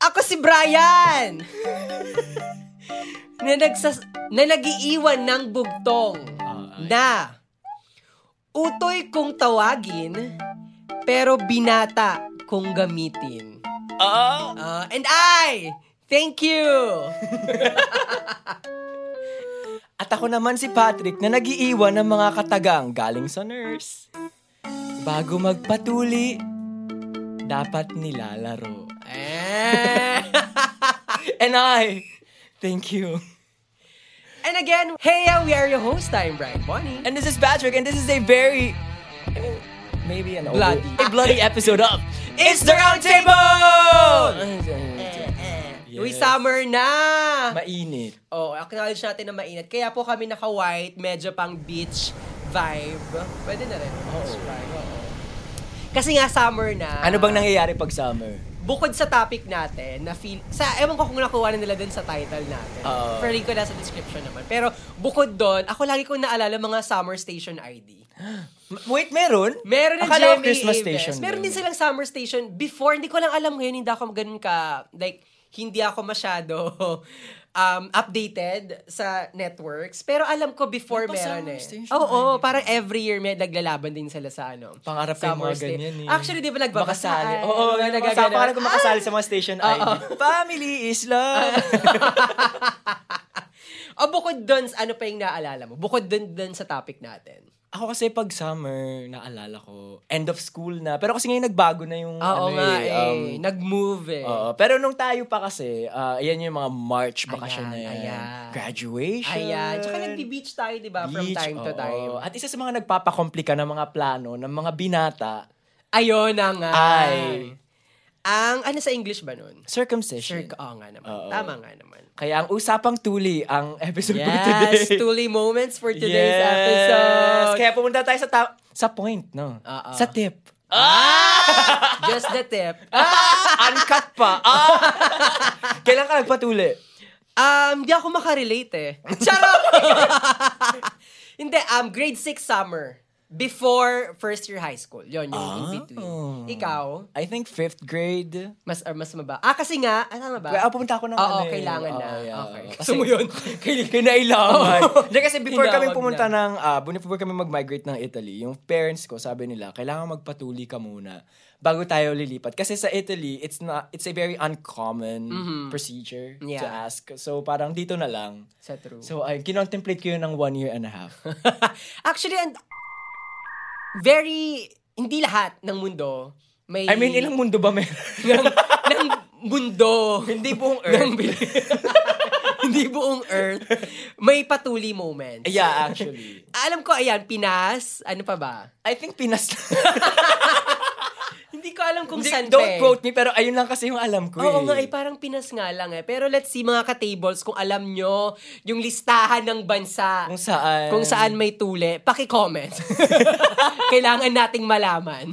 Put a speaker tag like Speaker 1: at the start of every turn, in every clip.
Speaker 1: ako si Brian! na, nagsas- na nag-iiwan ng bugtong na utoy kung tawagin pero binata kung gamitin.
Speaker 2: Ah!
Speaker 1: Uh, and I, thank you!
Speaker 2: At ako naman si Patrick na nagiiwan ng mga katagang galing sa nurse. Bago magpatuli, dapat nilalaro.
Speaker 1: Eh.
Speaker 2: And I, thank you.
Speaker 1: and again, hey, we are your host. I'm Brian Bonnie.
Speaker 2: And this is Patrick, and this is a very, I mean, maybe an over-
Speaker 1: Bloody.
Speaker 2: a bloody episode of It's the Round Table!
Speaker 1: Yes. Uy,
Speaker 2: Yes.
Speaker 1: summer na!
Speaker 2: Mainit.
Speaker 1: oh, acknowledge natin na mainit. Kaya po kami naka-white, medyo pang beach vibe. Pwede na rin. Beach vibe, oo. Kasi nga summer na.
Speaker 2: Ano bang nangyayari pag summer?
Speaker 1: Bukod sa topic natin, na feel, sa, ewan ko kung nakuha na nila din sa title natin.
Speaker 2: Oo.
Speaker 1: Pero link ko na sa description naman. Pero bukod doon, ako lagi kong naalala mga summer station ID.
Speaker 2: M- Wait, meron?
Speaker 1: Meron na
Speaker 2: Akala ko
Speaker 1: Jemmy
Speaker 2: Christmas
Speaker 1: Aves.
Speaker 2: station.
Speaker 1: Meron
Speaker 2: yun.
Speaker 1: din silang summer station. Before, hindi ko lang alam ngayon, hindi ako ganun ka, like, hindi ako masyado um, updated sa networks. Pero alam ko before
Speaker 2: Ano ba
Speaker 1: meron
Speaker 2: summer
Speaker 1: eh.
Speaker 2: station?
Speaker 1: Oo, oo, parang every year may naglalaban din sila sa ano.
Speaker 2: Pangarap ko yung mga
Speaker 1: sta-
Speaker 2: ganyan eh.
Speaker 1: Actually, di ba nagbabasaan?
Speaker 2: Makasali. Oo,
Speaker 1: Mga
Speaker 2: nagagana.
Speaker 1: nagagana.
Speaker 2: Sa ko makasali sa mga station ID. Family is love. Ah!
Speaker 1: O bukod doon, ano pa yung naalala mo? Bukod doon doon sa topic natin.
Speaker 2: Ako kasi pag summer, naalala ko, end of school na. Pero kasi ngayon nagbago na yung
Speaker 1: Oo
Speaker 2: ano
Speaker 1: nga
Speaker 2: eh,
Speaker 1: eh.
Speaker 2: um,
Speaker 1: Nag-move eh.
Speaker 2: oo. pero nung tayo pa kasi, ah, ayan yung mga March vacation
Speaker 1: Ayan,
Speaker 2: na yan.
Speaker 1: ayan.
Speaker 2: Graduation.
Speaker 1: Ayan. Tsaka nagbi-beach tayo, di ba? From
Speaker 2: beach,
Speaker 1: time to
Speaker 2: oo.
Speaker 1: time.
Speaker 2: At isa sa mga nagpapakomplika ng mga plano ng mga binata
Speaker 1: Ayun na nga.
Speaker 2: ay
Speaker 1: Ang, ano sa English ba nun? Sure,
Speaker 2: circumcision.
Speaker 1: oo nga naman.
Speaker 2: Oo.
Speaker 1: Tama nga naman.
Speaker 2: Kaya ang usapang tuli ang episode for today.
Speaker 1: Yes, tuli moments for today's episode. Ah,
Speaker 2: Kaya pumunta tayo sa ta- sa point, no?
Speaker 1: Oo.
Speaker 2: Sa tip.
Speaker 1: Just the tip.
Speaker 2: Uncut pa. Ah! Kailan ka nagpatuli?
Speaker 1: Um, di ako makarelate eh. Charot! Hindi, um, grade 6 summer. Before first year high school. Yun, yung in between.
Speaker 2: Oh.
Speaker 1: Ikaw,
Speaker 2: I think fifth grade.
Speaker 1: mas or mas maba. Ah, kasi nga, ah, tama ba?
Speaker 2: Kaya ah, pumunta ako ng
Speaker 1: Oo,
Speaker 2: eh.
Speaker 1: kailangan na.
Speaker 2: Oo, yeah,
Speaker 1: Okay.
Speaker 2: oo.
Speaker 1: Gusto ano mo yun?
Speaker 2: Kasi kinailangan. Hindi kasi before
Speaker 1: Kinawag
Speaker 2: kami pumunta ng, ah, bu- before kami mag-migrate ng Italy, yung parents ko, sabi nila, kailangan magpatuli ka muna bago tayo lilipat. Kasi sa Italy, it's not, it's a very uncommon procedure to
Speaker 1: Mm-hmm. Yeah.
Speaker 2: ask. So parang dito na lang.
Speaker 1: Sa true.
Speaker 2: So ay, kinontemplate ko yun ng one year and a half.
Speaker 1: Actually, and very, hindi lahat ng mundo may...
Speaker 2: I mean, ilang mundo ba meron?
Speaker 1: ng, ng mundo.
Speaker 2: Hindi buong
Speaker 1: ng bil- hindi buong Earth. May patuli moments.
Speaker 2: yeah, actually.
Speaker 1: Alam ko, ayan, Pinas. Ano pa ba?
Speaker 2: I think Pinas
Speaker 1: Hindi ko alam kung
Speaker 2: Hindi,
Speaker 1: saan pa
Speaker 2: Don't
Speaker 1: eh.
Speaker 2: quote me, pero ayun lang kasi yung alam ko
Speaker 1: Oo
Speaker 2: eh.
Speaker 1: nga, eh, parang Pinas nga lang eh. Pero let's see mga ka-tables kung alam nyo yung listahan ng bansa
Speaker 2: Kung saan.
Speaker 1: kung saan may tuli, paki-comment. Kailangan nating malaman.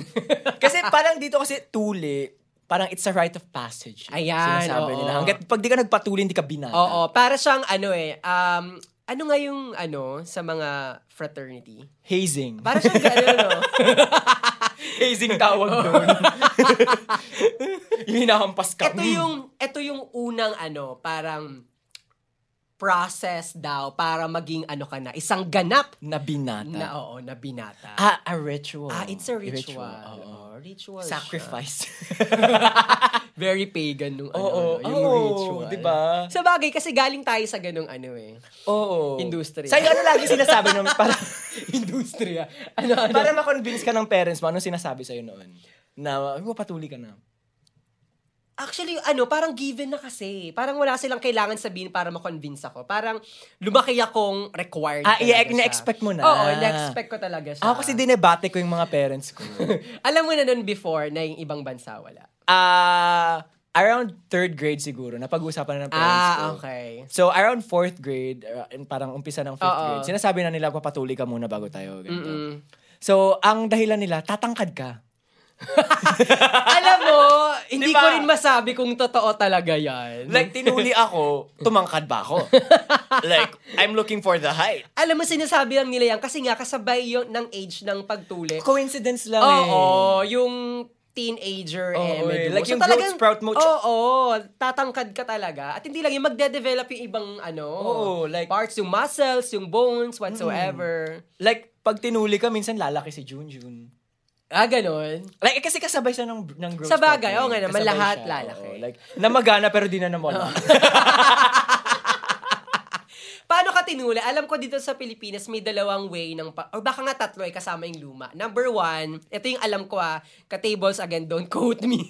Speaker 2: kasi parang dito kasi tuli, parang it's a rite of passage. eh.
Speaker 1: Ayan,
Speaker 2: Sinasabi
Speaker 1: oo.
Speaker 2: nila. Hanggat pag di ka nagpatuli, hindi ka binata.
Speaker 1: Oo, para siyang ano eh, um, ano nga yung ano sa mga fraternity?
Speaker 2: Hazing.
Speaker 1: Para siyang gano'n, no?
Speaker 2: Hazing tawag doon. yung hinahampas ka. hmm.
Speaker 1: Ito yung, ito yung unang ano, parang process daw para maging ano ka na, isang ganap
Speaker 2: Hmm. Na binata.
Speaker 1: na, oo, na binata.
Speaker 2: Ah, a ritual.
Speaker 1: Ah, it's a ritual.
Speaker 2: oo.
Speaker 1: Oo, ritual siya.
Speaker 2: Sacrifice.
Speaker 1: Very pagan nung ano,
Speaker 2: Oo,
Speaker 1: ano, yung
Speaker 2: oo, diba?
Speaker 1: ritual.
Speaker 2: di ba?
Speaker 1: Sa bagay, kasi galing tayo sa ganung ano eh.
Speaker 2: Oo.
Speaker 1: Industry.
Speaker 2: Sa'yo, ano lagi sinasabi nung parang,
Speaker 1: Industriya. Ano, ano?
Speaker 2: para ma-convince ka ng parents mo, anong sinasabi sa'yo noon? Na, "Ay, patuli ka na.
Speaker 1: Actually, ano, parang given na kasi. Parang wala silang kailangan sabihin para ma-convince ako. Parang lumaki akong required.
Speaker 2: Ah,
Speaker 1: talaga
Speaker 2: i-
Speaker 1: siya.
Speaker 2: na-expect mo na.
Speaker 1: Oo, na-expect ko talaga siya.
Speaker 2: Ako kasi dinebate ko yung mga parents ko.
Speaker 1: Alam mo na nun before na yung ibang bansa wala.
Speaker 2: Ah, around third grade siguro, napag-uusapan na ng parents ko.
Speaker 1: Ah, okay.
Speaker 2: So, around fourth grade, uh, and parang umpisa ng fifth
Speaker 1: Oo.
Speaker 2: grade, sinasabi na nila, papatuli ka muna bago tayo. ganito.
Speaker 1: Mm.
Speaker 2: So, ang dahilan nila, tatangkad ka.
Speaker 1: Alam mo, hindi
Speaker 2: Di ba?
Speaker 1: ko rin masabi kung totoo talaga yan.
Speaker 2: Diba? Like, tinuli ako, tumangkad ba ako? like, I'm looking for the height.
Speaker 1: alam mo, sinasabi lang nila yan kasi nga kasabay yon ng age ng pagtuli.
Speaker 2: Coincidence lang eh.
Speaker 1: Oo, yung teenager
Speaker 2: Oo,
Speaker 1: eh.
Speaker 2: eh. Like yung growth sprout mo,
Speaker 1: Oo,
Speaker 2: tsuk-
Speaker 1: tatangkad ka talaga. At hindi lang yung magde-develop yung ibang ano,
Speaker 2: Oo, like-
Speaker 1: parts, yung muscles, yung bones, whatsoever.
Speaker 2: Like, pag tinuli ka, minsan lalaki si Junjun.
Speaker 1: Ah, ganun.
Speaker 2: Like, eh, kasi kasabay siya ng, ng growth
Speaker 1: Sa bagay,
Speaker 2: spurt
Speaker 1: oo
Speaker 2: niya.
Speaker 1: nga naman,
Speaker 2: Kasabay
Speaker 1: lahat
Speaker 2: siya,
Speaker 1: lalaki.
Speaker 2: oo. like, namagana pero di na namala.
Speaker 1: Paano ka tinuli? Alam ko dito sa Pilipinas may dalawang way ng pa- or baka nga tatlo ay kasama yung luma. Number one, ito yung alam ko ah, ka-tables again, don't quote me.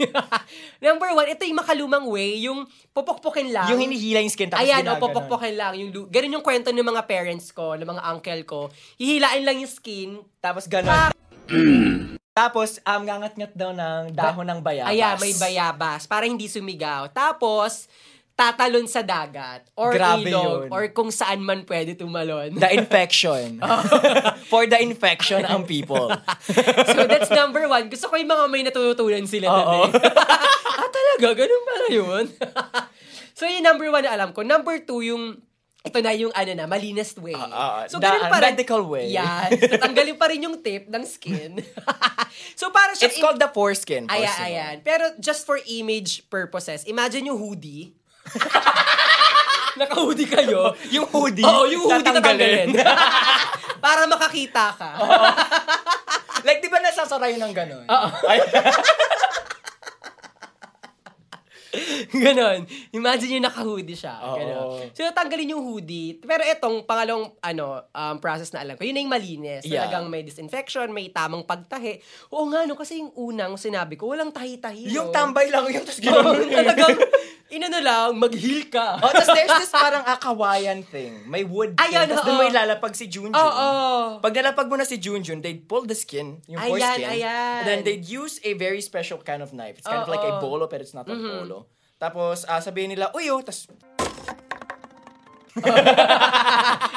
Speaker 1: Number one, ito yung makalumang way, yung pupukpukin lang.
Speaker 2: yung hinihila yung skin, tapos
Speaker 1: Ayan, o,
Speaker 2: ginaganon.
Speaker 1: pupukpukin lang. Yung, lu- ganun yung kwento ng mga parents ko, ng mga uncle ko. Hihilain lang yung skin.
Speaker 2: Tapos ganon. Tapos, um, ngangat-ngat daw ng dahon ng bayabas.
Speaker 1: Ayan, may bayabas. Para hindi sumigaw. Tapos, tatalon sa dagat. Or
Speaker 2: Grabe
Speaker 1: ilog.
Speaker 2: yun.
Speaker 1: Or kung saan man pwede tumalon.
Speaker 2: The infection.
Speaker 1: Oh.
Speaker 2: For the infection ang people.
Speaker 1: So that's number one. Gusto ko yung mga may natutunan sila
Speaker 2: Oo.
Speaker 1: today. ah, talaga? Ganun pala yun? so yung number one na alam ko. Number two, yung ito na yung ano na, malinis way.
Speaker 2: Ah, ah,
Speaker 1: so,
Speaker 2: the
Speaker 1: ganun pa rin.
Speaker 2: medical way.
Speaker 1: Yan. So, tanggalin pa rin yung tip ng skin. so, para siya...
Speaker 2: It's called the foreskin.
Speaker 1: Ayan,
Speaker 2: foreskin.
Speaker 1: ayan. Pero just for image purposes, imagine yung hoodie. Naka-hoodie kayo.
Speaker 2: Yung hoodie.
Speaker 1: Oo, Oh, yung hoodie
Speaker 2: tatanggalin.
Speaker 1: tatanggalin. para makakita ka.
Speaker 2: like, di ba nasasara yun ng ganun?
Speaker 1: Oo. Ganon. Imagine yung naka-hoodie siya.
Speaker 2: Oo.
Speaker 1: Ganon. So, tanggalin yung hoodie. Pero itong pangalawang ano, um, process na alam ko, yun na yung malinis.
Speaker 2: Yeah.
Speaker 1: Talagang may disinfection, may tamang pagtahi. Oo nga, no, kasi yung unang sinabi ko, walang tahi-tahi. no?
Speaker 2: yung tambay lang yun, tapos
Speaker 1: Oo,
Speaker 2: gano'n.
Speaker 1: talagang, inano lang, mag-heal ka.
Speaker 2: Oh, tapos there's this parang akawayan thing. May wood thing.
Speaker 1: Ayun, oo.
Speaker 2: tapos doon may lalapag si Junjun.
Speaker 1: Oo.
Speaker 2: Pag nalapag mo na si Junjun, they'd pull the skin, yung
Speaker 1: Ayan,
Speaker 2: foreskin.
Speaker 1: ayan.
Speaker 2: And then they'd use a very special kind of knife. It's kind
Speaker 1: Oo.
Speaker 2: of
Speaker 1: Mm-hmm.
Speaker 2: like a bolo, pero it's not a bolo. Tapos ah, sabihin nila, uy, oh, tapos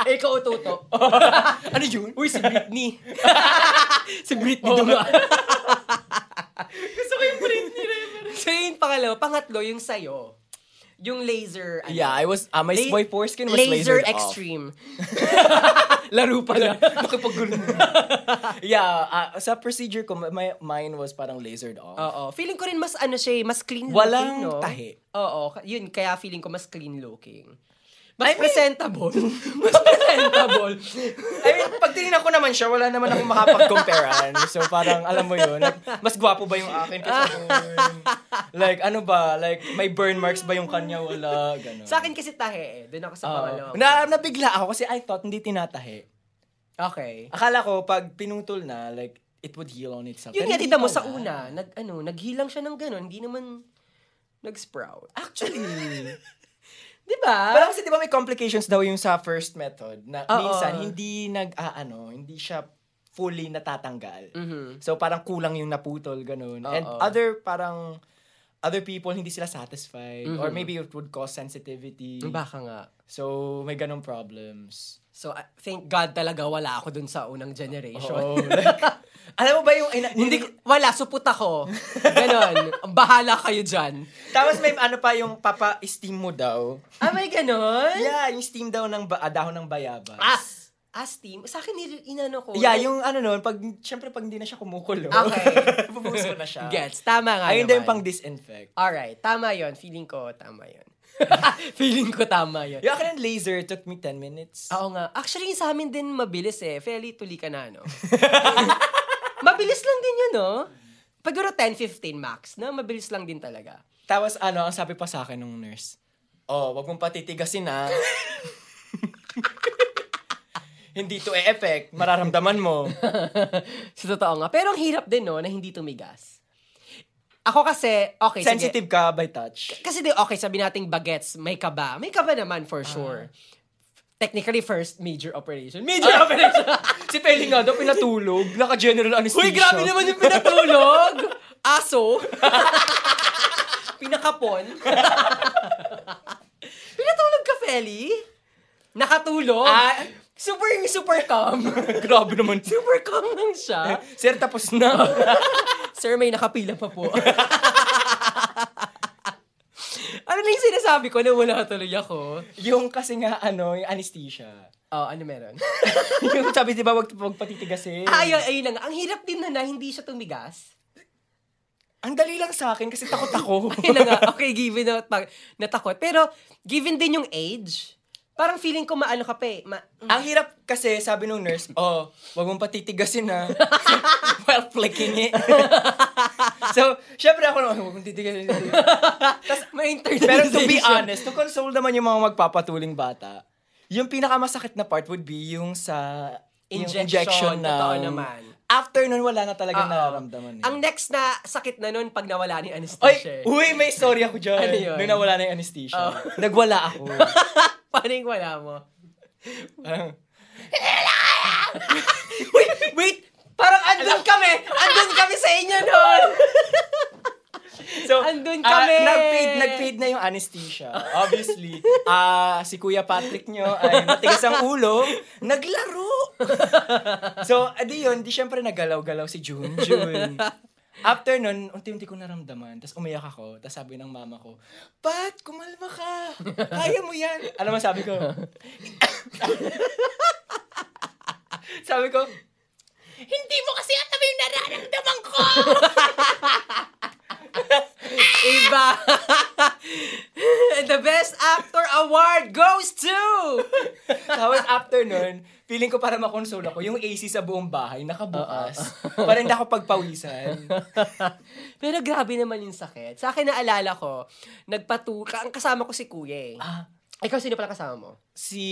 Speaker 1: eh, ikaw ututo.
Speaker 2: ano yun?
Speaker 1: Uy, si Britney. si Britney oh. Gusto ko yung Britney reference. So, yung pangalawa. Pangatlo, yung sayo. Yung laser. ano.
Speaker 2: Yeah, I was, ah, my,
Speaker 1: La-
Speaker 2: my foreskin was
Speaker 1: laser
Speaker 2: lasered off.
Speaker 1: extreme. Laro pala.
Speaker 2: Nakipaggulo. yeah, ah, sa procedure ko, my, mine was parang lasered off.
Speaker 1: Oo. Feeling ko rin mas ano siya, eh, mas clean looking,
Speaker 2: Walang
Speaker 1: no?
Speaker 2: tahi.
Speaker 1: Oo. Yun, kaya feeling ko mas clean looking. Mas presentable. mas presentable.
Speaker 2: I mean, pag tinignan ko naman siya, wala naman akong makapag-comparean. So parang, alam mo yun, like, mas gwapo ba yung akin kasi Like, ano ba? Like, may burn marks ba yung kanya? Wala, gano'n.
Speaker 1: sa akin kasi tahi eh. Doon ako sa pangalawa.
Speaker 2: na, nabigla ako kasi I thought hindi tinatahi.
Speaker 1: Okay.
Speaker 2: Akala ko, pag pinutol na, like, it would heal on itself.
Speaker 1: Yun
Speaker 2: Pero
Speaker 1: nga,
Speaker 2: hindi
Speaker 1: tignan mo
Speaker 2: pala.
Speaker 1: sa una, nag, ano, naghilang siya ng ganun, hindi naman nag-sprout.
Speaker 2: Actually,
Speaker 1: Di ba?
Speaker 2: Parang kasi di ba may complications daw yung sa first method na
Speaker 1: Oo.
Speaker 2: minsan hindi nag aano, hindi siya fully natatanggal. So parang kulang yung naputol ganun. And
Speaker 1: Mm-hmm. Oo.
Speaker 2: other parang other people hindi sila satisfied or
Speaker 1: Mm-hmm.
Speaker 2: maybe it would cause sensitivity.
Speaker 1: Baka nga.
Speaker 2: So may ganung problems.
Speaker 1: So, I- thank God talaga wala ako dun sa unang
Speaker 2: So
Speaker 1: generation.
Speaker 2: like alam mo ba yung ina-
Speaker 1: hindi, ko- wala, supot ako. Ganon. Bahala kayo dyan.
Speaker 2: tapos may ano pa yung papa steam mo daw.
Speaker 1: Ah, may ganon?
Speaker 2: Yeah, yung steam daw ng ba- ah, dahon ng bayabas.
Speaker 1: Ah, ah, steam. Sa akin, nil- inano ko.
Speaker 2: Yeah, yung ano noon, pag, syempre pag hindi na siya kumukulo,
Speaker 1: Okay.
Speaker 2: bubuhos ko na siya.
Speaker 1: Gets. Tama nga
Speaker 2: Ayun
Speaker 1: naman.
Speaker 2: din pang disinfect.
Speaker 1: Alright, tama yon Feeling ko, tama yon Feeling ko tama yon
Speaker 2: Yung akin ng laser took me 10 minutes.
Speaker 1: Oo nga. Actually, yung sa amin din mabilis eh. Fairly tuli ka na, no? mabilis lang din yun, no? Paguro 10-15 max, no? Mabilis lang din talaga.
Speaker 2: Tapos ano, ang sabi pa sa akin ng nurse, oh, wag mong patitigasin ah." na. hindi to e-effect, mararamdaman mo.
Speaker 1: Sa totoo nga. Pero ang hirap din, no? Na hindi tumigas. Ako kasi, okay, sige.
Speaker 2: Sensitive ka by touch.
Speaker 1: Kasi di, okay, sabi nating bagets, may kaba. May kaba naman for sure. Technically, first major operation. Major
Speaker 2: Ano?
Speaker 1: operation!
Speaker 2: Ah, si Peli nga daw pinatulog, naka-general anesthesia.
Speaker 1: Uy, grabe naman yung pinatulog! Aso! Pinakapon! pinatulog ka, Feli? Nakatulog?
Speaker 2: Ah.
Speaker 1: super, super calm.
Speaker 2: grabe naman.
Speaker 1: super calm lang siya.
Speaker 2: Sir, tapos na.
Speaker 1: Sir, may nakapila pa po. ano na yung sinasabi ko na wala tuloy ako?
Speaker 2: yung kasi nga, ano, yung anesthesia.
Speaker 1: Oh, ano meron?
Speaker 2: yung sabi, di ba, wag, wag patitigasin.
Speaker 1: ah, ayun, ayun lang. Ang hirap din na na hindi siya tumigas.
Speaker 2: Ang dali lang sa akin kasi takot ako.
Speaker 1: Ayun na nga, okay, given na, pag, natakot. Pero, given din yung age, parang feeling ko maano ka pa eh. Ma-
Speaker 2: Ang hirap kasi, sabi nung nurse, oh, wag mong patitigasin ah." na while flicking it. so, syempre ako naman, wag mong titigasin.
Speaker 1: may
Speaker 2: Pero to be
Speaker 1: internalization.
Speaker 2: honest, to console naman yung mga magpapatuling bata, yung pinakamasakit na part would be yung sa yung
Speaker 1: Injection, totoo naman.
Speaker 2: After nun, wala na talaga
Speaker 1: Oo.
Speaker 2: nararamdaman. Eh.
Speaker 1: Ah, Ang next na sakit na nun pag nawala ni
Speaker 2: Oy,
Speaker 1: anesthesia. eh.
Speaker 2: uy, may story ako dyan.
Speaker 1: Ano yun?
Speaker 2: Nung nawala na yung anesthesia.
Speaker 1: Oh.
Speaker 2: Nagwala ako.
Speaker 1: Paano yung wala mo?
Speaker 2: Parang,
Speaker 1: wait, wait! Parang andun kami! Andun kami sa inyo nun!
Speaker 2: So,
Speaker 1: Andun
Speaker 2: ah,
Speaker 1: kami!
Speaker 2: nag-paid, nag-paid na yung anesthesia. Obviously. Ah, si Kuya Patrick nyo ay matigas ang ulo. Naglaro! so, adi yun, di syempre nagalaw-galaw si June. June. After nun, unti-unti ko naramdaman. Tapos umiyak ako. Tapos sabi ng mama ko, Pat, kumalma ka. Kaya mo yan. Alam mo, sabi ko. sabi ko, hindi mo kasi alam yung nararamdaman ko.
Speaker 1: Iba! Diba? The Best Actor Award goes to...
Speaker 2: Tapos after nun, feeling ko para makonsole ako, yung AC sa buong bahay, nakabukas. Para hindi ako pagpawisan.
Speaker 1: Pero grabe naman yung sakit. Sa akin naalala ko, nagpatu... ka- Ang kasama ko si Kuya eh.
Speaker 2: Ah,
Speaker 1: Ikaw sino pala kasama mo?
Speaker 2: si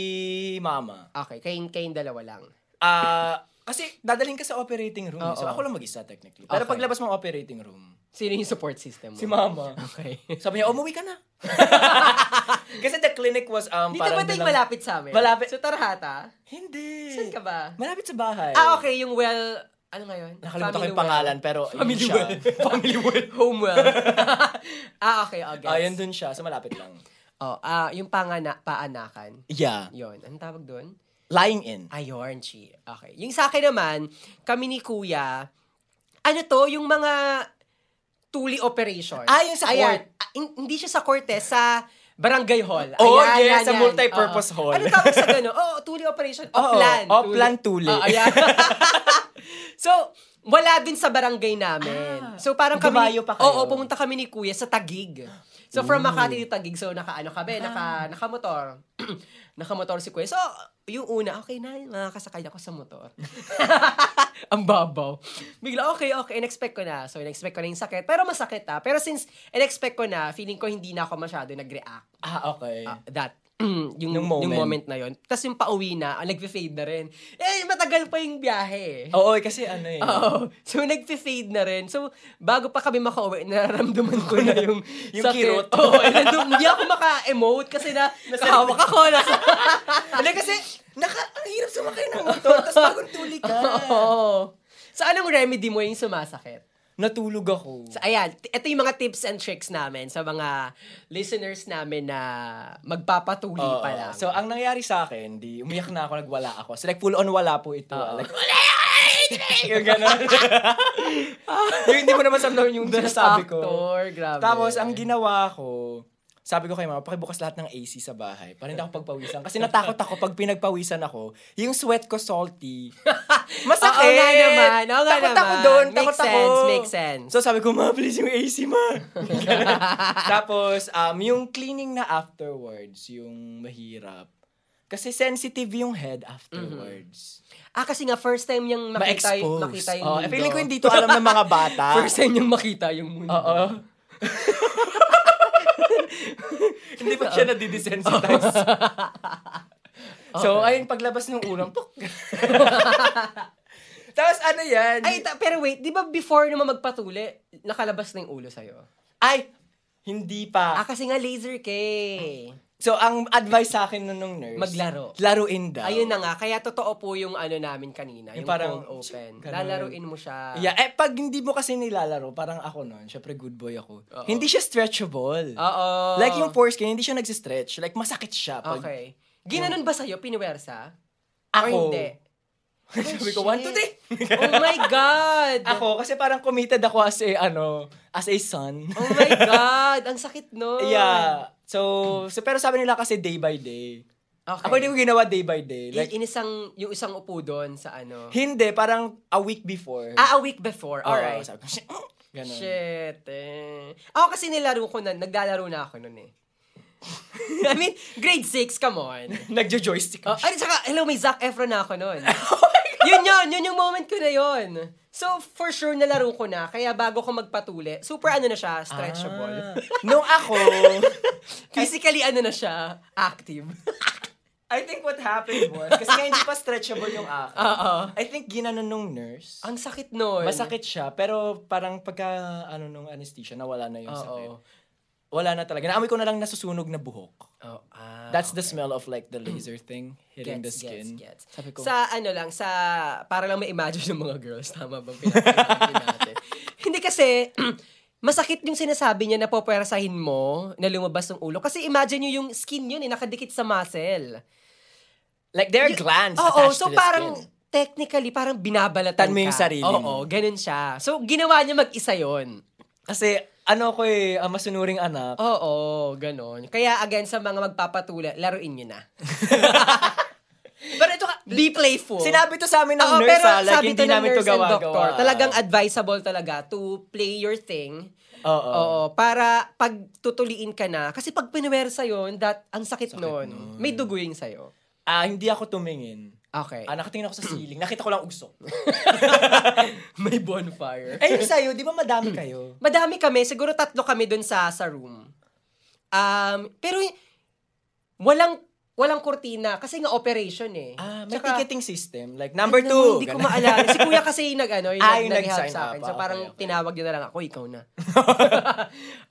Speaker 2: mama.
Speaker 1: Okay, kayong, kayong dalawa lang.
Speaker 2: Ah, kasi dadaling ka sa operating room.
Speaker 1: Oo.
Speaker 2: So ako lang mag-isa technically. Pero
Speaker 1: Okay.
Speaker 2: paglabas mo ng operating room,
Speaker 1: Sino yung support system mo?
Speaker 2: si mama.
Speaker 1: Okay.
Speaker 2: Sabi niya, umuwi ka na. kasi the clinic was um,
Speaker 1: Dito ba
Speaker 2: parang...
Speaker 1: tayo
Speaker 2: dalang-
Speaker 1: malapit sa amin?
Speaker 2: Malapit.
Speaker 1: Sa Tarhata?
Speaker 2: Hindi.
Speaker 1: Saan ka ba?
Speaker 2: Malapit sa bahay.
Speaker 1: Ah, okay. Yung well... Ano nga yun?
Speaker 2: Nakalimutan ko
Speaker 1: Family
Speaker 2: yung pangalan, pero
Speaker 1: well. Family
Speaker 2: yun siya.
Speaker 1: well. Family well. Home well. ah, okay. Oh,
Speaker 2: Ah,
Speaker 1: guess.
Speaker 2: yun dun siya. So malapit lang.
Speaker 1: Oh, ah, yung pangana, paanakan.
Speaker 2: Yeah.
Speaker 1: Yun. Anong tawag doon?
Speaker 2: Lying in.
Speaker 1: Ayorn, chi. Okay. Yung sa akin naman, kami ni Kuya, ano to, yung mga tuli operation.
Speaker 2: Ah, yung sa court.
Speaker 1: Ah, hin- hindi siya sa korte, sa barangay hall.
Speaker 2: Oh, yes, sa multipurpose
Speaker 1: Oo.
Speaker 2: hall.
Speaker 1: Ano tawag sa gano'n? Oo, tuli operation.
Speaker 2: Oo,
Speaker 1: Oplan.
Speaker 2: oplan Oh, tuli.
Speaker 1: Oo, Ah, ayan. so, wala dun sa barangay namin.
Speaker 2: Ah,
Speaker 1: so, parang kami... ni-
Speaker 2: dumayo pa kayo.
Speaker 1: Oo, pumunta kami ni Kuya sa Tagig. So, from Makati to Tagig. So, naka-ano kami,
Speaker 2: Ah.
Speaker 1: naka, nakamotor. nakamotor si Kuya. So, yung una, okay na, nakakasakay ako sa motor. Ang babaw. Bigla, okay, okay, in-expect ko na. So, in-expect ko na yung sakit. Pero masakit ah. Pero since in-expect ko na, feeling ko hindi na ako masyado nag-react.
Speaker 2: Ah, okay.
Speaker 1: Ah, that yung, moment.
Speaker 2: Nung moment.
Speaker 1: yung moment na yon. Tapos yung pauwi na, ah, nag-fade na rin. Eh, matagal pa yung biyahe. eh.
Speaker 2: Oo, eh, kasi ano eh.
Speaker 1: Oo. So, nag-fade na rin. So, bago pa kami makauwi, nararamdaman ko na yung
Speaker 2: Yung kirot.
Speaker 1: Oo, eh, nandun- hindi ako maka-emote kasi na nakahawak ako. Nasa,
Speaker 2: Hindi kasi, naka, ang hirap sumakay ng motor, tapos bagong tuli ka.
Speaker 1: Oo. So, anong remedy mo yung sumasakit?
Speaker 2: Natulog ako.
Speaker 1: So, ayan, t- ito yung mga tips and tricks namin sa mga listeners namin na magpapatuli
Speaker 2: Oo.
Speaker 1: pa lang.
Speaker 2: So, ang nangyari sa akin, di, umiyak na ako, nagwala ako. So, like, full on wala po ito. ah.
Speaker 1: Oo.
Speaker 2: Like, wala! yung gano'n. yung hindi mo naman samdamin yung sinasabi ko.
Speaker 1: Actor, grabe.
Speaker 2: Tapos, ang ginawa ko, sabi ko kay mama, pakibukas lahat ng AC sa bahay para hindi ako pagpawisan. Kasi natakot ako pag pinagpawisan ako, yung sweat ko salty. Masakit!
Speaker 1: Oo nga naman, oo nga
Speaker 2: takot ako
Speaker 1: naman.
Speaker 2: doon,
Speaker 1: Makes
Speaker 2: takot ako.
Speaker 1: sense, makes sense.
Speaker 2: So sabi ko, ma, please yung AC, ma. Ganun. Tapos, um, yung cleaning na afterwards, yung mahirap. Kasi sensitive yung head afterwards.
Speaker 1: Ah, kasi nga, first time niyang makita,
Speaker 2: Ma-expose.
Speaker 1: makita yung
Speaker 2: Oh,
Speaker 1: mundo.
Speaker 2: eh, feeling ko hindi to alam ng mga bata.
Speaker 1: First time niyang makita yung mundo.
Speaker 2: Oo. hindi pa siya nadidesensitize. so, ayun, paglabas ng ulam, pok. Tapos ano yan?
Speaker 1: Ay, ta- pero wait, di ba before naman magpatuli, nakalabas na yung ulo sa'yo?
Speaker 2: Ay, hindi
Speaker 1: Ah,
Speaker 2: pa.
Speaker 1: kasi nga laser kay.
Speaker 2: So, ang advice sa akin nun nung nurse,
Speaker 1: Maglaro.
Speaker 2: Laruin daw.
Speaker 1: Ayun na nga, kaya totoo po yung ano namin kanina, yung,
Speaker 2: Yung parang,
Speaker 1: cold open.
Speaker 2: ganun.
Speaker 1: Lalaruin mo siya.
Speaker 2: Yeah, eh, pag hindi mo kasi nilalaro, parang ako nun, syempre good boy ako,
Speaker 1: Oo. Ah.
Speaker 2: hindi siya stretchable.
Speaker 1: Oo.
Speaker 2: Like yung foreskin, hindi siya nagsistretch. Like, masakit siya. Pag
Speaker 1: Okay. Ginanon ba sa'yo, pinuwersa?
Speaker 2: Ako.
Speaker 1: Or hindi?
Speaker 2: Sabi ko, one, two, three.
Speaker 1: oh my God!
Speaker 2: Ako, kasi parang committed ako as a, ano, as a son.
Speaker 1: Oh my God! Ang sakit no.
Speaker 2: yeah. So, so, pero sabi nila kasi day by day.
Speaker 1: Okay.
Speaker 2: Ako hindi ko ginawa day by day.
Speaker 1: Like,
Speaker 2: Like,
Speaker 1: inisang, yung isang upo doon sa ano.
Speaker 2: hindi, parang a week before.
Speaker 1: Ah, a week before.
Speaker 2: Oo,
Speaker 1: Alright.
Speaker 2: sabi ko, "Shit, mm, Ganon.
Speaker 1: Shit. Eh. Ako kasi nilaro ko na, naglalaro na ako nun eh. I mean, grade 6, come on.
Speaker 2: Nagjo-joystick.
Speaker 1: Oh, ay, saka, hello, may Zac Efron na ako nun.
Speaker 2: Ah.
Speaker 1: yun yun, yun yung moment ko na yun. So, for sure, nalaro ko na. Kaya bago ko magpatuli, super ano na siya,
Speaker 2: Ah.
Speaker 1: stretchable.
Speaker 2: no, ako,
Speaker 1: Physically, ano na siya, active.
Speaker 2: I think what happened was, kasi nga hindi pa stretchable yung akin.
Speaker 1: Oo.
Speaker 2: I think ginanon nung nurse.
Speaker 1: Ang sakit nun.
Speaker 2: Masakit siya, pero parang pagka, ano, nung anesthesia, nawala na yung sakit.
Speaker 1: Oo.
Speaker 2: Wala na talaga. Naamoy ko na lang nasusunog na buhok.
Speaker 1: Oh, ah,
Speaker 2: That's the smell of like the laser thing hitting the skin.
Speaker 1: Gets, gets.
Speaker 2: Sabi ko,
Speaker 1: Sa ano lang, sa, para lang ma-imagine yung mga girls, tama bang pinag-imagine natin? Hindi kasi, masakit yung sinasabi niya na popwersahin mo na lumabas ng ulo. Kasi imagine nyo yung skin yun, eh, nakadikit sa muscle.
Speaker 2: like there are glands
Speaker 1: Oo,
Speaker 2: attached
Speaker 1: so
Speaker 2: to the
Speaker 1: parang,
Speaker 2: skin.
Speaker 1: technically, parang binabalatan
Speaker 2: Tan mo yung
Speaker 1: ka.
Speaker 2: sarili
Speaker 1: Oo, ganun siya. So, ginawa niya mag-isa yon
Speaker 2: Kasi ano ko eh, ang masunuring anak.
Speaker 1: Oo, ganun. Kaya again, sa mga magpapatula, laruin nyo na.
Speaker 2: Pero ito, ka-
Speaker 1: Be playful.
Speaker 2: sinabi to sa amin ng
Speaker 1: Oo,
Speaker 2: nurse
Speaker 1: pero
Speaker 2: ah, like
Speaker 1: sabi
Speaker 2: hindi
Speaker 1: to ng
Speaker 2: namin to
Speaker 1: nurse and
Speaker 2: gawa-gawa.
Speaker 1: doctor, Talagang advisable talaga to play your thing.
Speaker 2: Oo.
Speaker 1: Oo, para pag tutuliin ka na. Kasi pag pinuwersa yun, that, ang sakit, nun. May duguing sa'yo.
Speaker 2: Ah, hindi ako tumingin.
Speaker 1: Okay.
Speaker 2: Ah, nakatingin ako sa ceiling. Nakita ko lang ugsok.
Speaker 1: May bonfire.
Speaker 2: eh, yung sa'yo, di ba madami kayo?
Speaker 1: Madami kami. Siguro tatlo kami dun sa, sa room. Um, pero, y- walang, walang kurtina. Kasi nga operation eh.
Speaker 2: Ah, may
Speaker 1: Tsaka-
Speaker 2: ticketing system. Like, number
Speaker 1: Ano,
Speaker 2: two.
Speaker 1: Hindi ko
Speaker 2: Ganun.
Speaker 1: maalala. Si kuya kasi yung nag, ano, yung
Speaker 2: Ah,
Speaker 1: nag-
Speaker 2: yung
Speaker 1: nag-help
Speaker 2: nag-sign
Speaker 1: sa akin.
Speaker 2: up.
Speaker 1: So
Speaker 2: Okay,
Speaker 1: parang
Speaker 2: okay.
Speaker 1: tinawag niya na lang ako, ikaw na.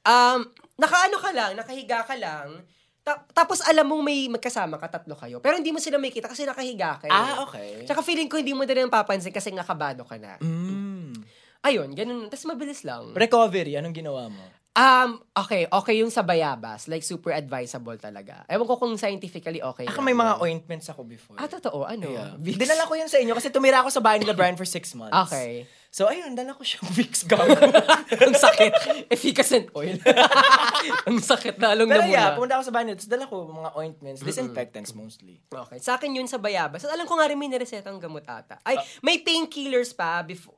Speaker 1: um, nakaano ka lang, nakahiga ka lang. Ta- tapos alam mong may magkasama ka, tatlo kayo. Pero hindi mo sila makita kasi nakahiga ka. eh.
Speaker 2: Ah, okay.
Speaker 1: Tsaka feeling ko hindi mo na rin papansin kasi nga kabado ka na.
Speaker 2: Mm.
Speaker 1: Ayun, ganun. Tapos mabilis lang.
Speaker 2: Recovery, anong ginawa mo?
Speaker 1: Um, okay, okay yung sa bayabas. Like, super advisable talaga. Ewan ko kung scientifically okay.
Speaker 2: Ako
Speaker 1: na.
Speaker 2: may mga ointments ako before.
Speaker 1: Ah, totoo. Ano?
Speaker 2: Yeah.
Speaker 1: Vicks.
Speaker 2: Dinala ko yun sa inyo kasi tumira ako sa bahay nila Brian for six months.
Speaker 1: Okay.
Speaker 2: So, ayun, dala ko siyang Vicks gum.
Speaker 1: ang sakit. Efficacent oil. ang sakit na along
Speaker 2: Pero
Speaker 1: na muna.
Speaker 2: yeah, pumunta ako sa banyo, tapos dala ko mga ointments, disinfectants mostly.
Speaker 1: okay. Sa akin yun sa bayabas. At alam ko nga rin may niresetang gamot ata. Ay,
Speaker 2: Ah.
Speaker 1: may painkillers pa before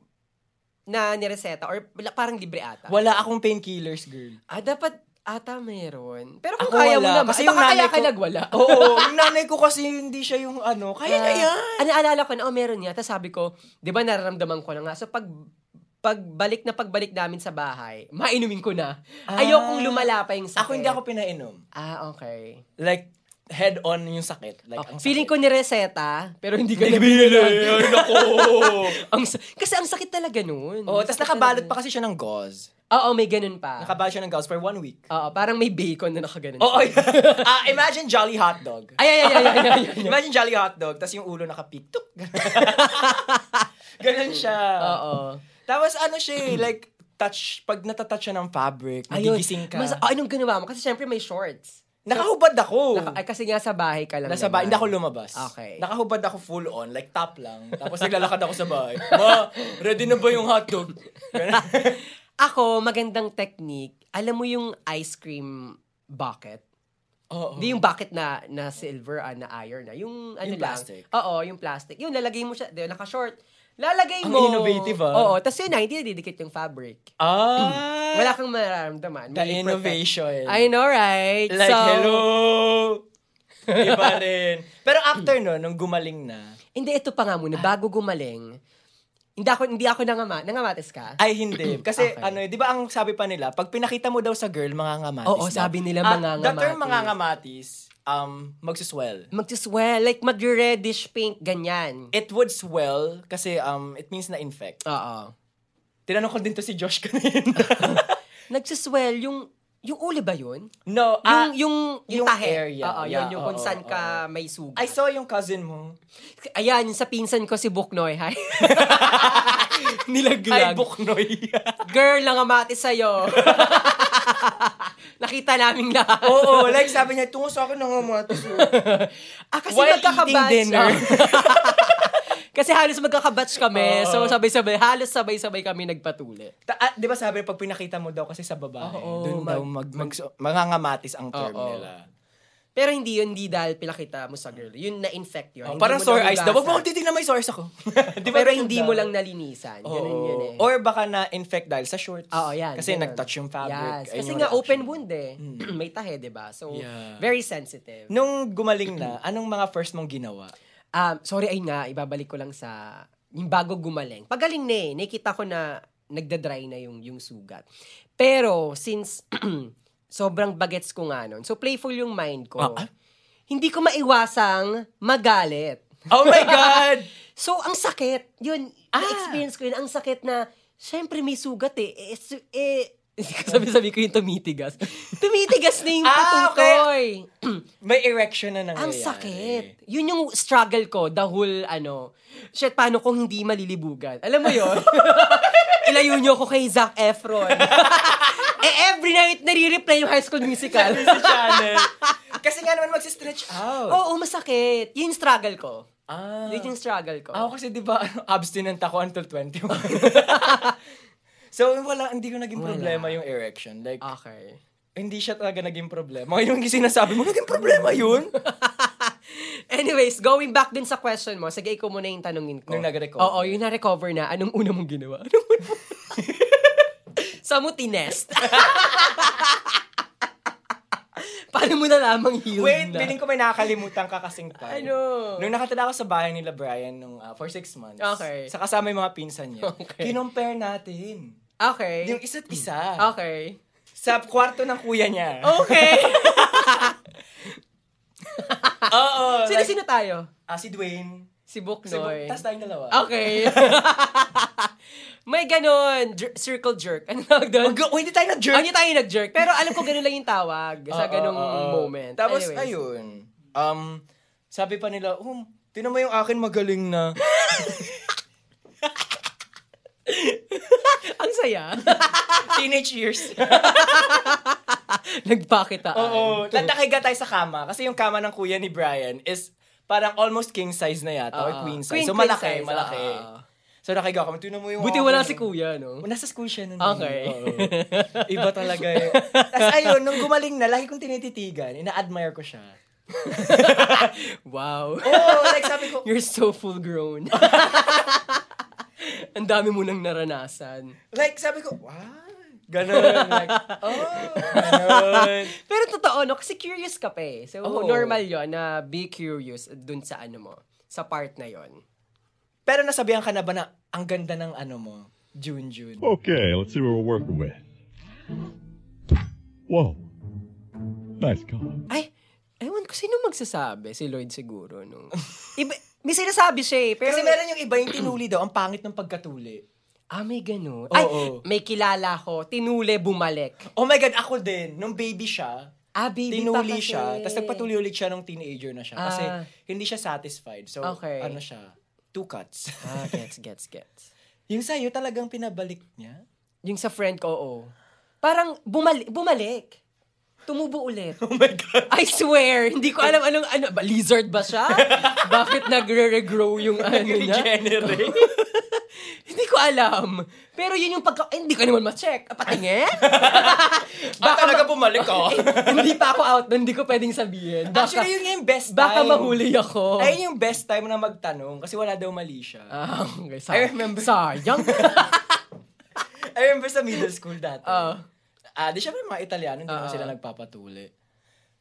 Speaker 1: na nireseta or la- parang libre ata.
Speaker 2: Wala akong painkillers, girl.
Speaker 1: Ah, dapat ata meron. Pero kung
Speaker 2: Ako
Speaker 1: kaya mo
Speaker 2: wala,
Speaker 1: naman.
Speaker 2: kasi
Speaker 1: Kasi
Speaker 2: yung
Speaker 1: baka kaya
Speaker 2: nanay
Speaker 1: ka
Speaker 2: ko-
Speaker 1: nagwala.
Speaker 2: Oo, yung nanay ko kasi hindi siya yung ano, kaya na yan.
Speaker 1: Ano, alala ko na, oh, meron niya. Tapos sabi ko, di ba nararamdaman ko na nga. So, pag pagbalik na pagbalik namin sa bahay, mainumin ko na. Ayokong lumala pa yung sakit.
Speaker 2: Ah. Ako hindi ako pinainom.
Speaker 1: Ah, okay.
Speaker 2: Like, head on yung sakit. Like, ang
Speaker 1: Oh, Feeling ko nireseta, pero hindi ka
Speaker 2: sakit.
Speaker 1: nabili.
Speaker 2: Ay, nako.
Speaker 1: Ang sa- kasi ang sakit talaga nun.
Speaker 2: Oo, tapos nakabalot pa kasi siya ng gauze.
Speaker 1: Oo, may ganun pa.
Speaker 2: Nakabalot siya ng gauze for one week.
Speaker 1: Oo, parang may bacon na nakaganon.
Speaker 2: Oo, oh, imagine Jolly Hot Dog.
Speaker 1: Ay, ay, ay, ay, ay, ay, ay.
Speaker 2: Imagine Jolly Hot Dog, tapos yung ulo nakapitok. Ganun siya.
Speaker 1: Oo.
Speaker 2: Tapos ano siya eh, like, touch, pag natatouch siya ng fabric, nagigising ka.
Speaker 1: Mas, ay, anong ginawa mo? Kasi syempre may shorts.
Speaker 2: Nakahubad ako.
Speaker 1: Naka- ay, kasi nga sa bahay ka lang. naman.
Speaker 2: Nasa bahay, hindi ako lumabas.
Speaker 1: Okay.
Speaker 2: Nakahubad ako full on, like top lang. Tapos naglalakad ako sa bahay. Ma, ready na ba yung hotdog? Ganun.
Speaker 1: Ako, magandang technique. Alam mo yung ice cream bucket?
Speaker 2: Oo.
Speaker 1: Hindi yung bucket na na silver, ah, na iron na. Yung ano
Speaker 2: Yung
Speaker 1: lang.
Speaker 2: plastic.
Speaker 1: Oo, yung plastic. Yun, lalagay mo siya. Di, naka-short. Lalagay
Speaker 2: Ang
Speaker 1: mo.
Speaker 2: innovative, ah.
Speaker 1: Oo, tapos yun na, hindi nadidikit yung fabric.
Speaker 2: Ah!
Speaker 1: Wala kang mararamdaman.
Speaker 2: The
Speaker 1: May
Speaker 2: innovation.
Speaker 1: perfect- I know, right?
Speaker 2: like,
Speaker 1: so,
Speaker 2: hello! Iba rin. Pero after no, nung gumaling na,
Speaker 1: Hindi, ito pa nga muna. Bago gumaling, hindi ako, hindi ako nangama, nangamatis ka?
Speaker 2: ay hindi. Kasi
Speaker 1: Okay.
Speaker 2: ano, eh, di ba ang sabi pa nila, pag pinakita mo daw sa girl, mga ngamatis
Speaker 1: Oo,
Speaker 2: daw.
Speaker 1: sabi nila,
Speaker 2: Ah,
Speaker 1: mga
Speaker 2: The term
Speaker 1: ngamatis.
Speaker 2: mga ngamatis, um, magsiswell.
Speaker 1: Magsiswell, like mag-reddish pink, ganyan.
Speaker 2: It would swell kasi um, it means na infect.
Speaker 1: Oo.
Speaker 2: Tinanong ko din to si Josh kanina.
Speaker 1: Nagsiswell, yung, yung ulo ba yun?
Speaker 2: no,
Speaker 1: Yung,
Speaker 2: ah,
Speaker 1: yung, yung,
Speaker 2: yung
Speaker 1: tahe.
Speaker 2: area.
Speaker 1: Oo,
Speaker 2: Yeah,
Speaker 1: yun, yung kung
Speaker 2: oo,
Speaker 1: saan ka may
Speaker 2: I
Speaker 1: sugat.
Speaker 2: saw yung cousin mo.
Speaker 1: Ayan, sa pinsan ko si Buknoy, hi.
Speaker 2: Ay,
Speaker 1: Nilaglag.
Speaker 2: Buknoy.
Speaker 1: Girl, nangamatis sa'yo. Nakita naming lahat.
Speaker 2: Oo, like sabi niya, tungo sa akin ng ngamatis.
Speaker 1: Ah, kasi
Speaker 2: While
Speaker 1: magkakabatch.
Speaker 2: eating dinner.
Speaker 1: kasi halos magkakabatch kami.
Speaker 2: Oo.
Speaker 1: So, sabay-sabay, halos sabay-sabay kami nagpatuli.
Speaker 2: Ta- ah, di ba sabi, pag pinakita mo daw kasi sa babae,
Speaker 1: Oo,
Speaker 2: dun
Speaker 1: mag-
Speaker 2: daw mag, mag, mga ngamatis ang term
Speaker 1: Oo.
Speaker 2: nila.
Speaker 1: Pero hindi yun, hindi dahil pilakita mo sa girl. Yun na-infect yun.
Speaker 2: Oh,
Speaker 1: Hindi
Speaker 2: parang
Speaker 1: mo
Speaker 2: sore eyes daw.
Speaker 1: nabasa.
Speaker 2: Wag mo akong titignan may sores ako. Di ba
Speaker 1: Pero
Speaker 2: ganun
Speaker 1: hindi
Speaker 2: daw?
Speaker 1: mo lang nalinisan. Ganun
Speaker 2: Oo.
Speaker 1: yun eh.
Speaker 2: Or baka na-infect dahil sa shorts.
Speaker 1: Oo, yan.
Speaker 2: Kasi
Speaker 1: ganun.
Speaker 2: nag-touch yung fabric.
Speaker 1: Yes.
Speaker 2: Ayun
Speaker 1: Kasi
Speaker 2: yung
Speaker 1: nga,
Speaker 2: reaction.
Speaker 1: open wound eh. May tahe, di ba? So,
Speaker 2: Yeah.
Speaker 1: very sensitive.
Speaker 2: Nung gumaling na, anong mga first mong ginawa?
Speaker 1: Um, sorry, ay nga, ibabalik ko lang sa yung bago gumaling. Pagaling na eh, nakita ko na nagda-dry na yung, yung sugat. Pero, since sobrang bagets ko nga nun, so playful yung mind ko,
Speaker 2: Ah, ah.
Speaker 1: hindi ko maiwasang magalit.
Speaker 2: Oh my God!
Speaker 1: So, ang sakit. Yun,
Speaker 2: Ah.
Speaker 1: na-experience ko yun. Ang sakit na, syempre may sugat eh. Eh, su- eh sabi-sabi ko yung tumitigas. tumitigas na yung
Speaker 2: Ah,
Speaker 1: patukoy.
Speaker 2: May erection na nangyayari.
Speaker 1: Ang sakit. Yun yung struggle ko, the whole, ano, shit, paano kung hindi malilibugan? Alam mo yun? Ilayo niyo ako kay Zac Efron. eh, every night, nare-replay yung High School Musical.
Speaker 2: Sa channel. Kasi nga naman magsistretch out.
Speaker 1: Oo, masakit. Yun yung struggle ko.
Speaker 2: Ah.
Speaker 1: Yun yung struggle ko.
Speaker 2: Ako kasi di ba ano, abstinent ako until 21. so wala, hindi ko naging problema yung erection. Like,
Speaker 1: Okay.
Speaker 2: hindi siya talaga naging problema. Ngayon yung sinasabi mo, naging problema yun?
Speaker 1: Anyways, going back din sa question mo, sige, ikaw muna yung tanungin ko.
Speaker 2: Nung nag-recover.
Speaker 1: Oo, yung na-recover na, anong una mong ginawa? Anong una mong... sa mo tinest. Paano mo nalamang healed
Speaker 2: Wait,
Speaker 1: na?
Speaker 2: feeling ko may nakakalimutan ka kasing time.
Speaker 1: Ano?
Speaker 2: Nung nakatala ako sa bahay nila Brian nung, ah, for six months,
Speaker 1: Okay.
Speaker 2: sa kasama yung mga pinsan niya,
Speaker 1: Okay.
Speaker 2: kinompare natin.
Speaker 1: Okay.
Speaker 2: Yung isa't isa.
Speaker 1: Okay. Oh.
Speaker 2: Sa kwarto ng kuya niya.
Speaker 1: Okay.
Speaker 2: Oo. like,
Speaker 1: Sino-sino tayo?
Speaker 2: ah, si Dwayne.
Speaker 1: Si
Speaker 2: Si
Speaker 1: Buknoy.
Speaker 2: Tapos tayong dalawa.
Speaker 1: Okay. May ganon. Jer- circle jerk. Ano tawag doon?
Speaker 2: Wag- oh, hindi tayo nag-jerk.
Speaker 1: Hindi tayo nag-jerk. Pero alam ko ganun lang yung tawag sa
Speaker 2: Oo,
Speaker 1: ganong
Speaker 2: oo.
Speaker 1: moment.
Speaker 2: Tapos,
Speaker 1: Anyways.
Speaker 2: ayun. Um, sabi pa nila, um, tinan mo yung akin magaling na.
Speaker 1: Ang saya.
Speaker 2: Teenage years.
Speaker 1: Nagpakitaan.
Speaker 2: Oo. Natakiga tayo sa kama. Kasi yung kama ng kuya ni Brian is parang almost king size na yata. or
Speaker 1: Oo.
Speaker 2: Ah. queen size.
Speaker 1: Queen-
Speaker 2: ah. so,
Speaker 1: queen
Speaker 2: malaki,
Speaker 1: size,
Speaker 2: malaki.
Speaker 1: oo.
Speaker 2: So, nakahiga kami. Tinan mo yung
Speaker 1: Buti
Speaker 2: akin
Speaker 1: wala
Speaker 2: na."
Speaker 1: si kuya, no?
Speaker 2: Nasa school siya nun.
Speaker 1: Okay.
Speaker 2: Mm, Oo. Iba talaga eh. Tapos ayun, nung gumaling na, lagi kong tinititigan. Ina-admire ko siya.
Speaker 1: Wow.
Speaker 2: Oo, oh, like sabi ko,
Speaker 1: You're so full grown. Ang dami mo nang naranasan.
Speaker 2: like sabi ko, wow. Ganun. Like, oh, ganun.
Speaker 1: Pero totoo, no? Kasi curious ka pa eh. So,
Speaker 2: Oo.
Speaker 1: normal yon na be curious dun sa ano mo. Sa part na yon
Speaker 2: Pero nasabihan ka na ba na ang ganda ng ano mo, June June?
Speaker 3: Okay, let's see what we're working with. Whoa. Nice car.
Speaker 1: Ay, ewan ko sino magsasabi. Si Lloyd siguro, no? Iba, may sinasabi siya eh. Pero,
Speaker 2: Kasi meron yung iba yung tinuli daw, ang pangit ng pagkatuli.
Speaker 1: ah, may ganun. Ay,
Speaker 2: Oo.
Speaker 1: may kilala ko. Tinule bumalik.
Speaker 2: Oh my God, ako din. Nung baby siya,
Speaker 1: Ah, baby pa
Speaker 2: tinuli
Speaker 1: kasi.
Speaker 2: siya. Tapos nagpatuloy ulit siya nung teenager na siya. Kasi
Speaker 1: Ah.
Speaker 2: hindi siya satisfied. So,
Speaker 1: Okay.
Speaker 2: ano siya, two cuts.
Speaker 1: Ah, gets, gets, gets.
Speaker 2: yung sa'yo talagang pinabalik niya?
Speaker 1: Yung sa friend ko, oo. Parang bumalik, bumalik. Tumubo ulit.
Speaker 2: Oh my God.
Speaker 1: I swear, hindi ko alam anong ano, ba, lizard ba siya? Bakit nagre-regrow yung ano niya?
Speaker 2: Regenerate.
Speaker 1: hindi ko alam. Pero yun yung pagka, eh, hindi ko naman ma-check. Ah, Patingin?
Speaker 2: Baka Ah, talaga bumalik ako.
Speaker 1: hindi pa ako out doon, hindi ko pwedeng sabihin. Baka,
Speaker 2: Actually, yun yung best time.
Speaker 1: baka mahuli ako.
Speaker 2: Ayun yung best time na magtanong kasi wala daw mali siya.
Speaker 1: Ah, okay, sa-
Speaker 2: I remember.
Speaker 1: Sayang. Ah,
Speaker 2: I remember sa middle school dati.
Speaker 1: Oo.
Speaker 2: Ah, di syempre mga Italiano, hindi naman
Speaker 1: Oo.
Speaker 2: sila nagpapatuli.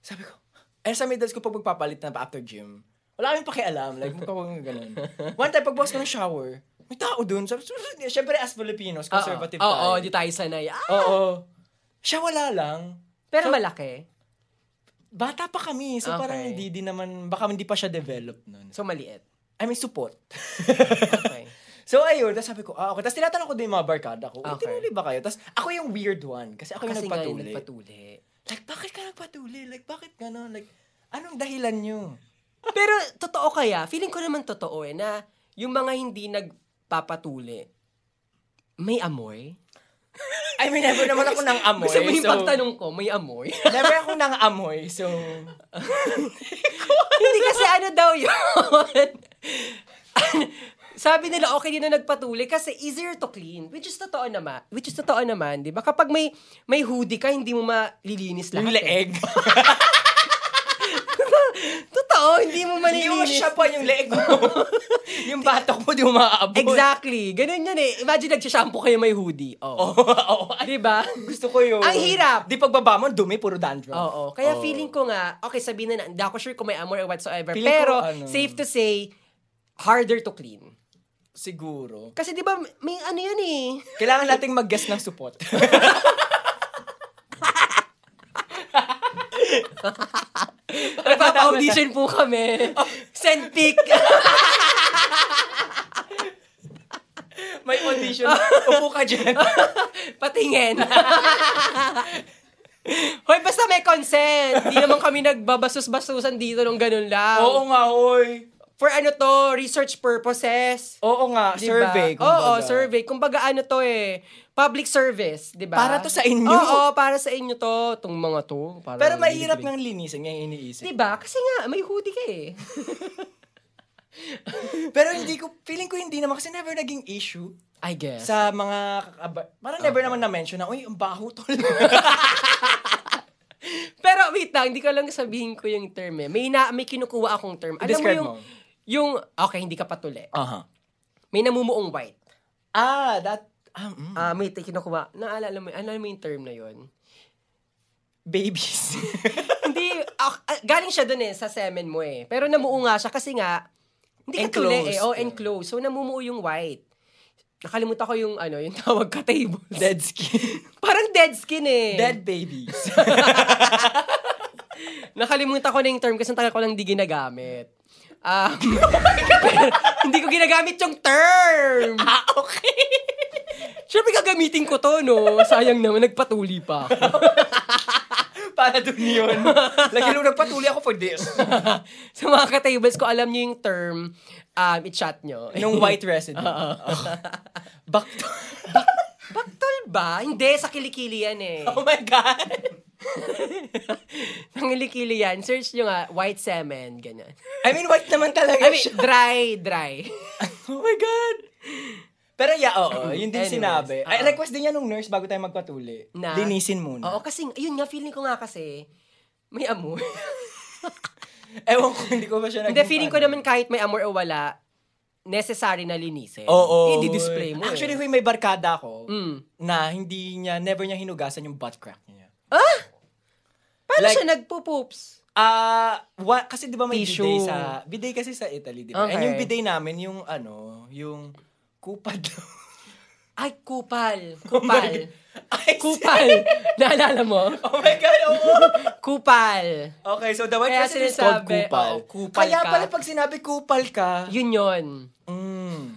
Speaker 2: Sabi ko, eh sa middle school, pag magpapalit na after gym, wala kaming pakialam. Like, mukha kong ganun. One time, pagbukas ko ng shower, may tao dun. Sabi, syempre, as Filipinos, conservative
Speaker 1: Oo,
Speaker 2: tayo. Oh,
Speaker 1: oo, di tayo sanay. Ah,
Speaker 2: Oo. Siya wala lang.
Speaker 1: pero malaki.
Speaker 2: Bata pa kami, so
Speaker 1: Okay.
Speaker 2: parang hindi din naman, baka hindi pa siya develop nun.
Speaker 1: So, maliit.
Speaker 2: I mean, support.
Speaker 1: Okay.
Speaker 2: So ayun, tapos sabi ko, ah, okay. Tapos tinatanong ko din yung mga barkada ko, okay.
Speaker 1: Okay.
Speaker 2: tinuli ba kayo? Tapos ako yung weird one, kasi ako yung
Speaker 1: Kasi nga yung
Speaker 2: nagpatuli.
Speaker 1: nagpatuli.
Speaker 2: like, bakit ka nagpatuli? Like, bakit gano'n? Like, anong dahilan nyo?
Speaker 1: Pero totoo kaya, feeling ko naman totoo eh, na yung mga hindi nagpapatuli, may amoy.
Speaker 2: I mean, never naman ako nang amoy.
Speaker 1: Gusto mo yung
Speaker 2: so,
Speaker 1: pagtanong ko, may amoy.
Speaker 2: Never ako nang amoy, so...
Speaker 1: hindi kasi ano daw yun. Sabi nila, okay din na nagpatuli kasi easier to clean. Which is totoo naman. Which is totoo naman, di ba?
Speaker 2: eh.
Speaker 1: eh. Kapag may may hoodie ka, hindi mo malilinis lahat.
Speaker 2: Yung
Speaker 1: eh.
Speaker 2: leeg.
Speaker 1: Oo, hindi mo
Speaker 2: Hindi mo
Speaker 1: manilinis.
Speaker 2: masyapuan yung leeg mo. yung batok mo, di mo maaabot.
Speaker 1: Exactly. Ganun yan eh. Imagine nagsashampoo kayo may hoodie. Oh. Oo.
Speaker 2: Oo, oo.
Speaker 1: Diba?
Speaker 2: Gusto ko yun.
Speaker 1: Ang hirap.
Speaker 2: Di pagbaba mo, dumi, puro dandruff.
Speaker 1: Oo. Kaya
Speaker 2: Oo.
Speaker 1: feeling ko nga, okay, sabihin na, na, hindi ako sure kung may amoy or whatsoever.
Speaker 2: Feeling
Speaker 1: pero,
Speaker 2: ko, ano-
Speaker 1: safe to say, harder to clean.
Speaker 2: Siguro.
Speaker 1: Kasi di ba, may ano yan eh.
Speaker 2: Kailangan nating mag-guess ng support.
Speaker 1: Nagpapa-audition po kami. Oh, Send pic.
Speaker 2: May audition. Upo ka dyan.
Speaker 1: Patingin. Hoy, basta may consent. Di naman kami nagbabasus-basusan dito nung ganun lang.
Speaker 2: Oo nga, hoy.
Speaker 1: For ano to, research purposes.
Speaker 2: Oo nga,
Speaker 1: Diba?
Speaker 2: survey.
Speaker 1: Oo,
Speaker 2: kumbaga.
Speaker 1: survey. Kumbaga ano to eh, public service, di ba?
Speaker 2: Para to sa inyo.
Speaker 1: Oo, para sa inyo to, tong mga to. Para
Speaker 2: Pero mahirap ng linisin, yung iniisip.
Speaker 1: Di ba? Kasi nga, may hoodie ka eh.
Speaker 2: Pero hindi ko, feeling ko hindi naman kasi never naging issue
Speaker 1: I guess.
Speaker 2: sa mga kakaba. Parang never naman na-mention na, uy, ang baho tol.
Speaker 1: Uh-huh. Pero wait lang, hindi ko lang sabihin ko yung term eh. May, na, may kinukuha akong term. Alam mo
Speaker 2: Describe
Speaker 1: yung,
Speaker 2: mo.
Speaker 1: yung, okay, hindi ka patuli.
Speaker 2: Aha.
Speaker 1: May namumuong white.
Speaker 2: Ah, that, ah, mm,
Speaker 1: Ah, may t- kinukuha. Naalala mo, ano mo yung term na yon
Speaker 2: babies.
Speaker 1: hindi, ah, ah, galing siya dun eh, sa semen mo eh. Pero namuo nga siya kasi nga, hindi ka tuli eh. Oh,
Speaker 2: Enclosed.
Speaker 1: enclosed. So, namumuo yung white. Nakalimutan ko yung, ano, yung tawag ka table.
Speaker 2: Dead skin.
Speaker 1: Parang dead skin eh.
Speaker 2: Dead babies.
Speaker 1: Nakalimutan ko na yung term kasi ang tagal ko lang hindi ginagamit. Um, hindi ko ginagamit yung term.
Speaker 2: ah, okay.
Speaker 1: Siyempre gagamitin ko to, no? Sayang naman, nagpatuli pa ako.
Speaker 2: Para dun yun. Lagi nung nagpatuli ako for this.
Speaker 1: Sa mga ka-tables ko, alam niyo yung term, um, i-chat nyo.
Speaker 2: Nung white residue.
Speaker 1: Uh-huh.
Speaker 2: Back to...
Speaker 1: Baktol ba? Hindi, sa kilikili yan eh.
Speaker 2: Oh my God.
Speaker 1: Ang kilikili yan, search nyo nga, white semen, ganyan.
Speaker 2: I mean, white naman talaga
Speaker 1: I mean,
Speaker 2: siya.
Speaker 1: dry, dry.
Speaker 2: Oh my God. Pero yeah, oo. Yun din
Speaker 1: Anyways,
Speaker 2: sinabi. Ay,
Speaker 1: oo.
Speaker 2: request din yan nung nurse bago tayo magpatuli.
Speaker 1: Na-
Speaker 2: Linisin muna.
Speaker 1: Oo, kasi, yun nga, feeling ko nga kasi, may amoy.
Speaker 2: Ewan ko, hindi ko ba siya
Speaker 1: Hindi, feeling ko naman kahit may amor o wala, necessary na linisin.
Speaker 2: Oo.
Speaker 1: I-display mo. eh.
Speaker 2: Actually, huy, may barkada ako
Speaker 1: Mm.
Speaker 2: na hindi niya, never niya hinugasan yung butt crack niya.
Speaker 1: paano
Speaker 2: like-
Speaker 1: siya nagpo-poops?
Speaker 2: Ah, wa- kasi 'di ba may
Speaker 1: Tissue.
Speaker 2: bidet sa bidet kasi sa Italy, 'di ba? And
Speaker 1: Okay.
Speaker 2: yung bidet namin yung ano, yung kupad.
Speaker 1: Ay, kupal.
Speaker 2: Oh my
Speaker 1: Kupal.
Speaker 2: God. Ay,
Speaker 1: kupal. Naalala mo?
Speaker 2: Oh my god, oo.
Speaker 1: Kupal.
Speaker 2: Okay, so the white
Speaker 1: Kaya
Speaker 2: person is called
Speaker 1: sinasabi,
Speaker 2: kupal.
Speaker 1: oo, kupal
Speaker 2: Kaya
Speaker 1: ka.
Speaker 2: pala pag sinabi kupal ka,
Speaker 1: Yun yun.
Speaker 2: mm,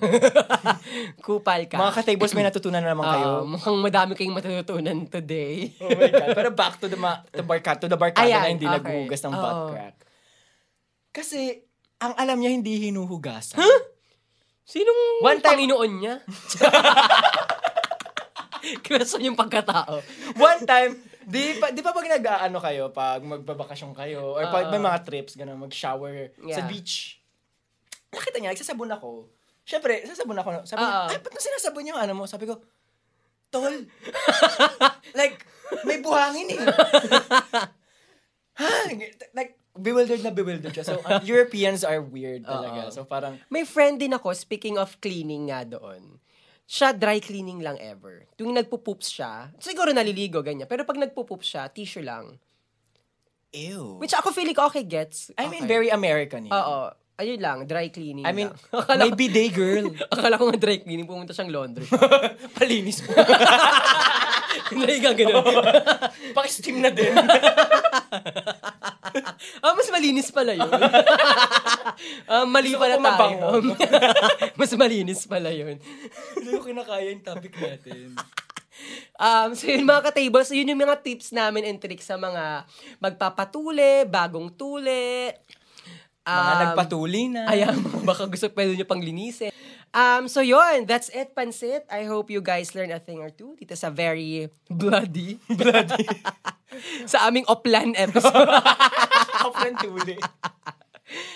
Speaker 1: kupal ka.
Speaker 2: mga ka-tables may natutunan na naman kayo.
Speaker 1: Oo, mukhang madami kayong matututunan today.
Speaker 2: Oh my God. Pero back to the, ma- to barka, to the barkada
Speaker 1: Ayan,
Speaker 2: na hindi
Speaker 1: okay.
Speaker 2: naghuhugas ng
Speaker 1: Oo.
Speaker 2: butt crack. Kasi, ang alam niya hindi hinuhugasan.
Speaker 1: Sinong
Speaker 2: One time-
Speaker 1: Panginoon niya? Kinasan yung pagkatao.
Speaker 2: One time, di pa, di pa pag nag-ano kayo, pag magbabakasyon kayo, or pag may mga trips, gano'n, mag-shower
Speaker 1: Yeah.
Speaker 2: sa beach. Nakita niya, nagsasabon ako. Siyempre, sasabon ako. Sabi
Speaker 1: Oo.
Speaker 2: niya, ay, ba't mo sinasabon yung ano mo? Sabi ko, tol, like, may buhangin eh. ha? Like, bewildered na bewildered siya. So, uh, Europeans are weird
Speaker 1: Oo.
Speaker 2: talaga. So, parang,
Speaker 1: May friend din ako, speaking of cleaning nga doon. Siya dry cleaning lang ever. Tuwing nagpo-poops siya, siguro naliligo, ganyan. Pero pag nagpo-poops siya, tissue lang.
Speaker 2: ew.
Speaker 1: Which ako feeling ko, okay, gets.
Speaker 2: I mean,
Speaker 1: Okay.
Speaker 2: very American eh.
Speaker 1: Oo. Ayun lang, dry cleaning
Speaker 2: I mean,
Speaker 1: lang. akala,
Speaker 2: may bidet girl.
Speaker 1: akala ko nga dry cleaning, pumunta siyang laundry.
Speaker 2: Palinis po.
Speaker 1: Hindi ka ganun.
Speaker 2: Paki-steam na din.
Speaker 1: Ah, mas malinis pala yun. ah, mali
Speaker 2: Gusto ko
Speaker 1: pala tayo.
Speaker 2: po mabango.
Speaker 1: mas malinis pala yun.
Speaker 2: Hindi ko kinakaya yung topic natin.
Speaker 1: Um, so yun mga ka-tables, yun yung mga tips namin and tricks sa mga magpapatuli, bagong tuli.
Speaker 2: Mga
Speaker 1: Um,
Speaker 2: nagpatuli na.
Speaker 1: Ayan, baka gusto pwede nyo pang linisin. Um, so yun, that's it, Pansit. I hope you guys learn a thing or two dito sa very bloody, bloody, sa aming Oplan episode.
Speaker 2: Kapantuli.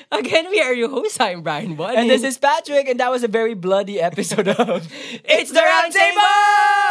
Speaker 1: Again, we are your hosts. I'm Brian Bonnie.
Speaker 2: And this is Patrick, and that was a very bloody episode of
Speaker 1: It's the Round Table!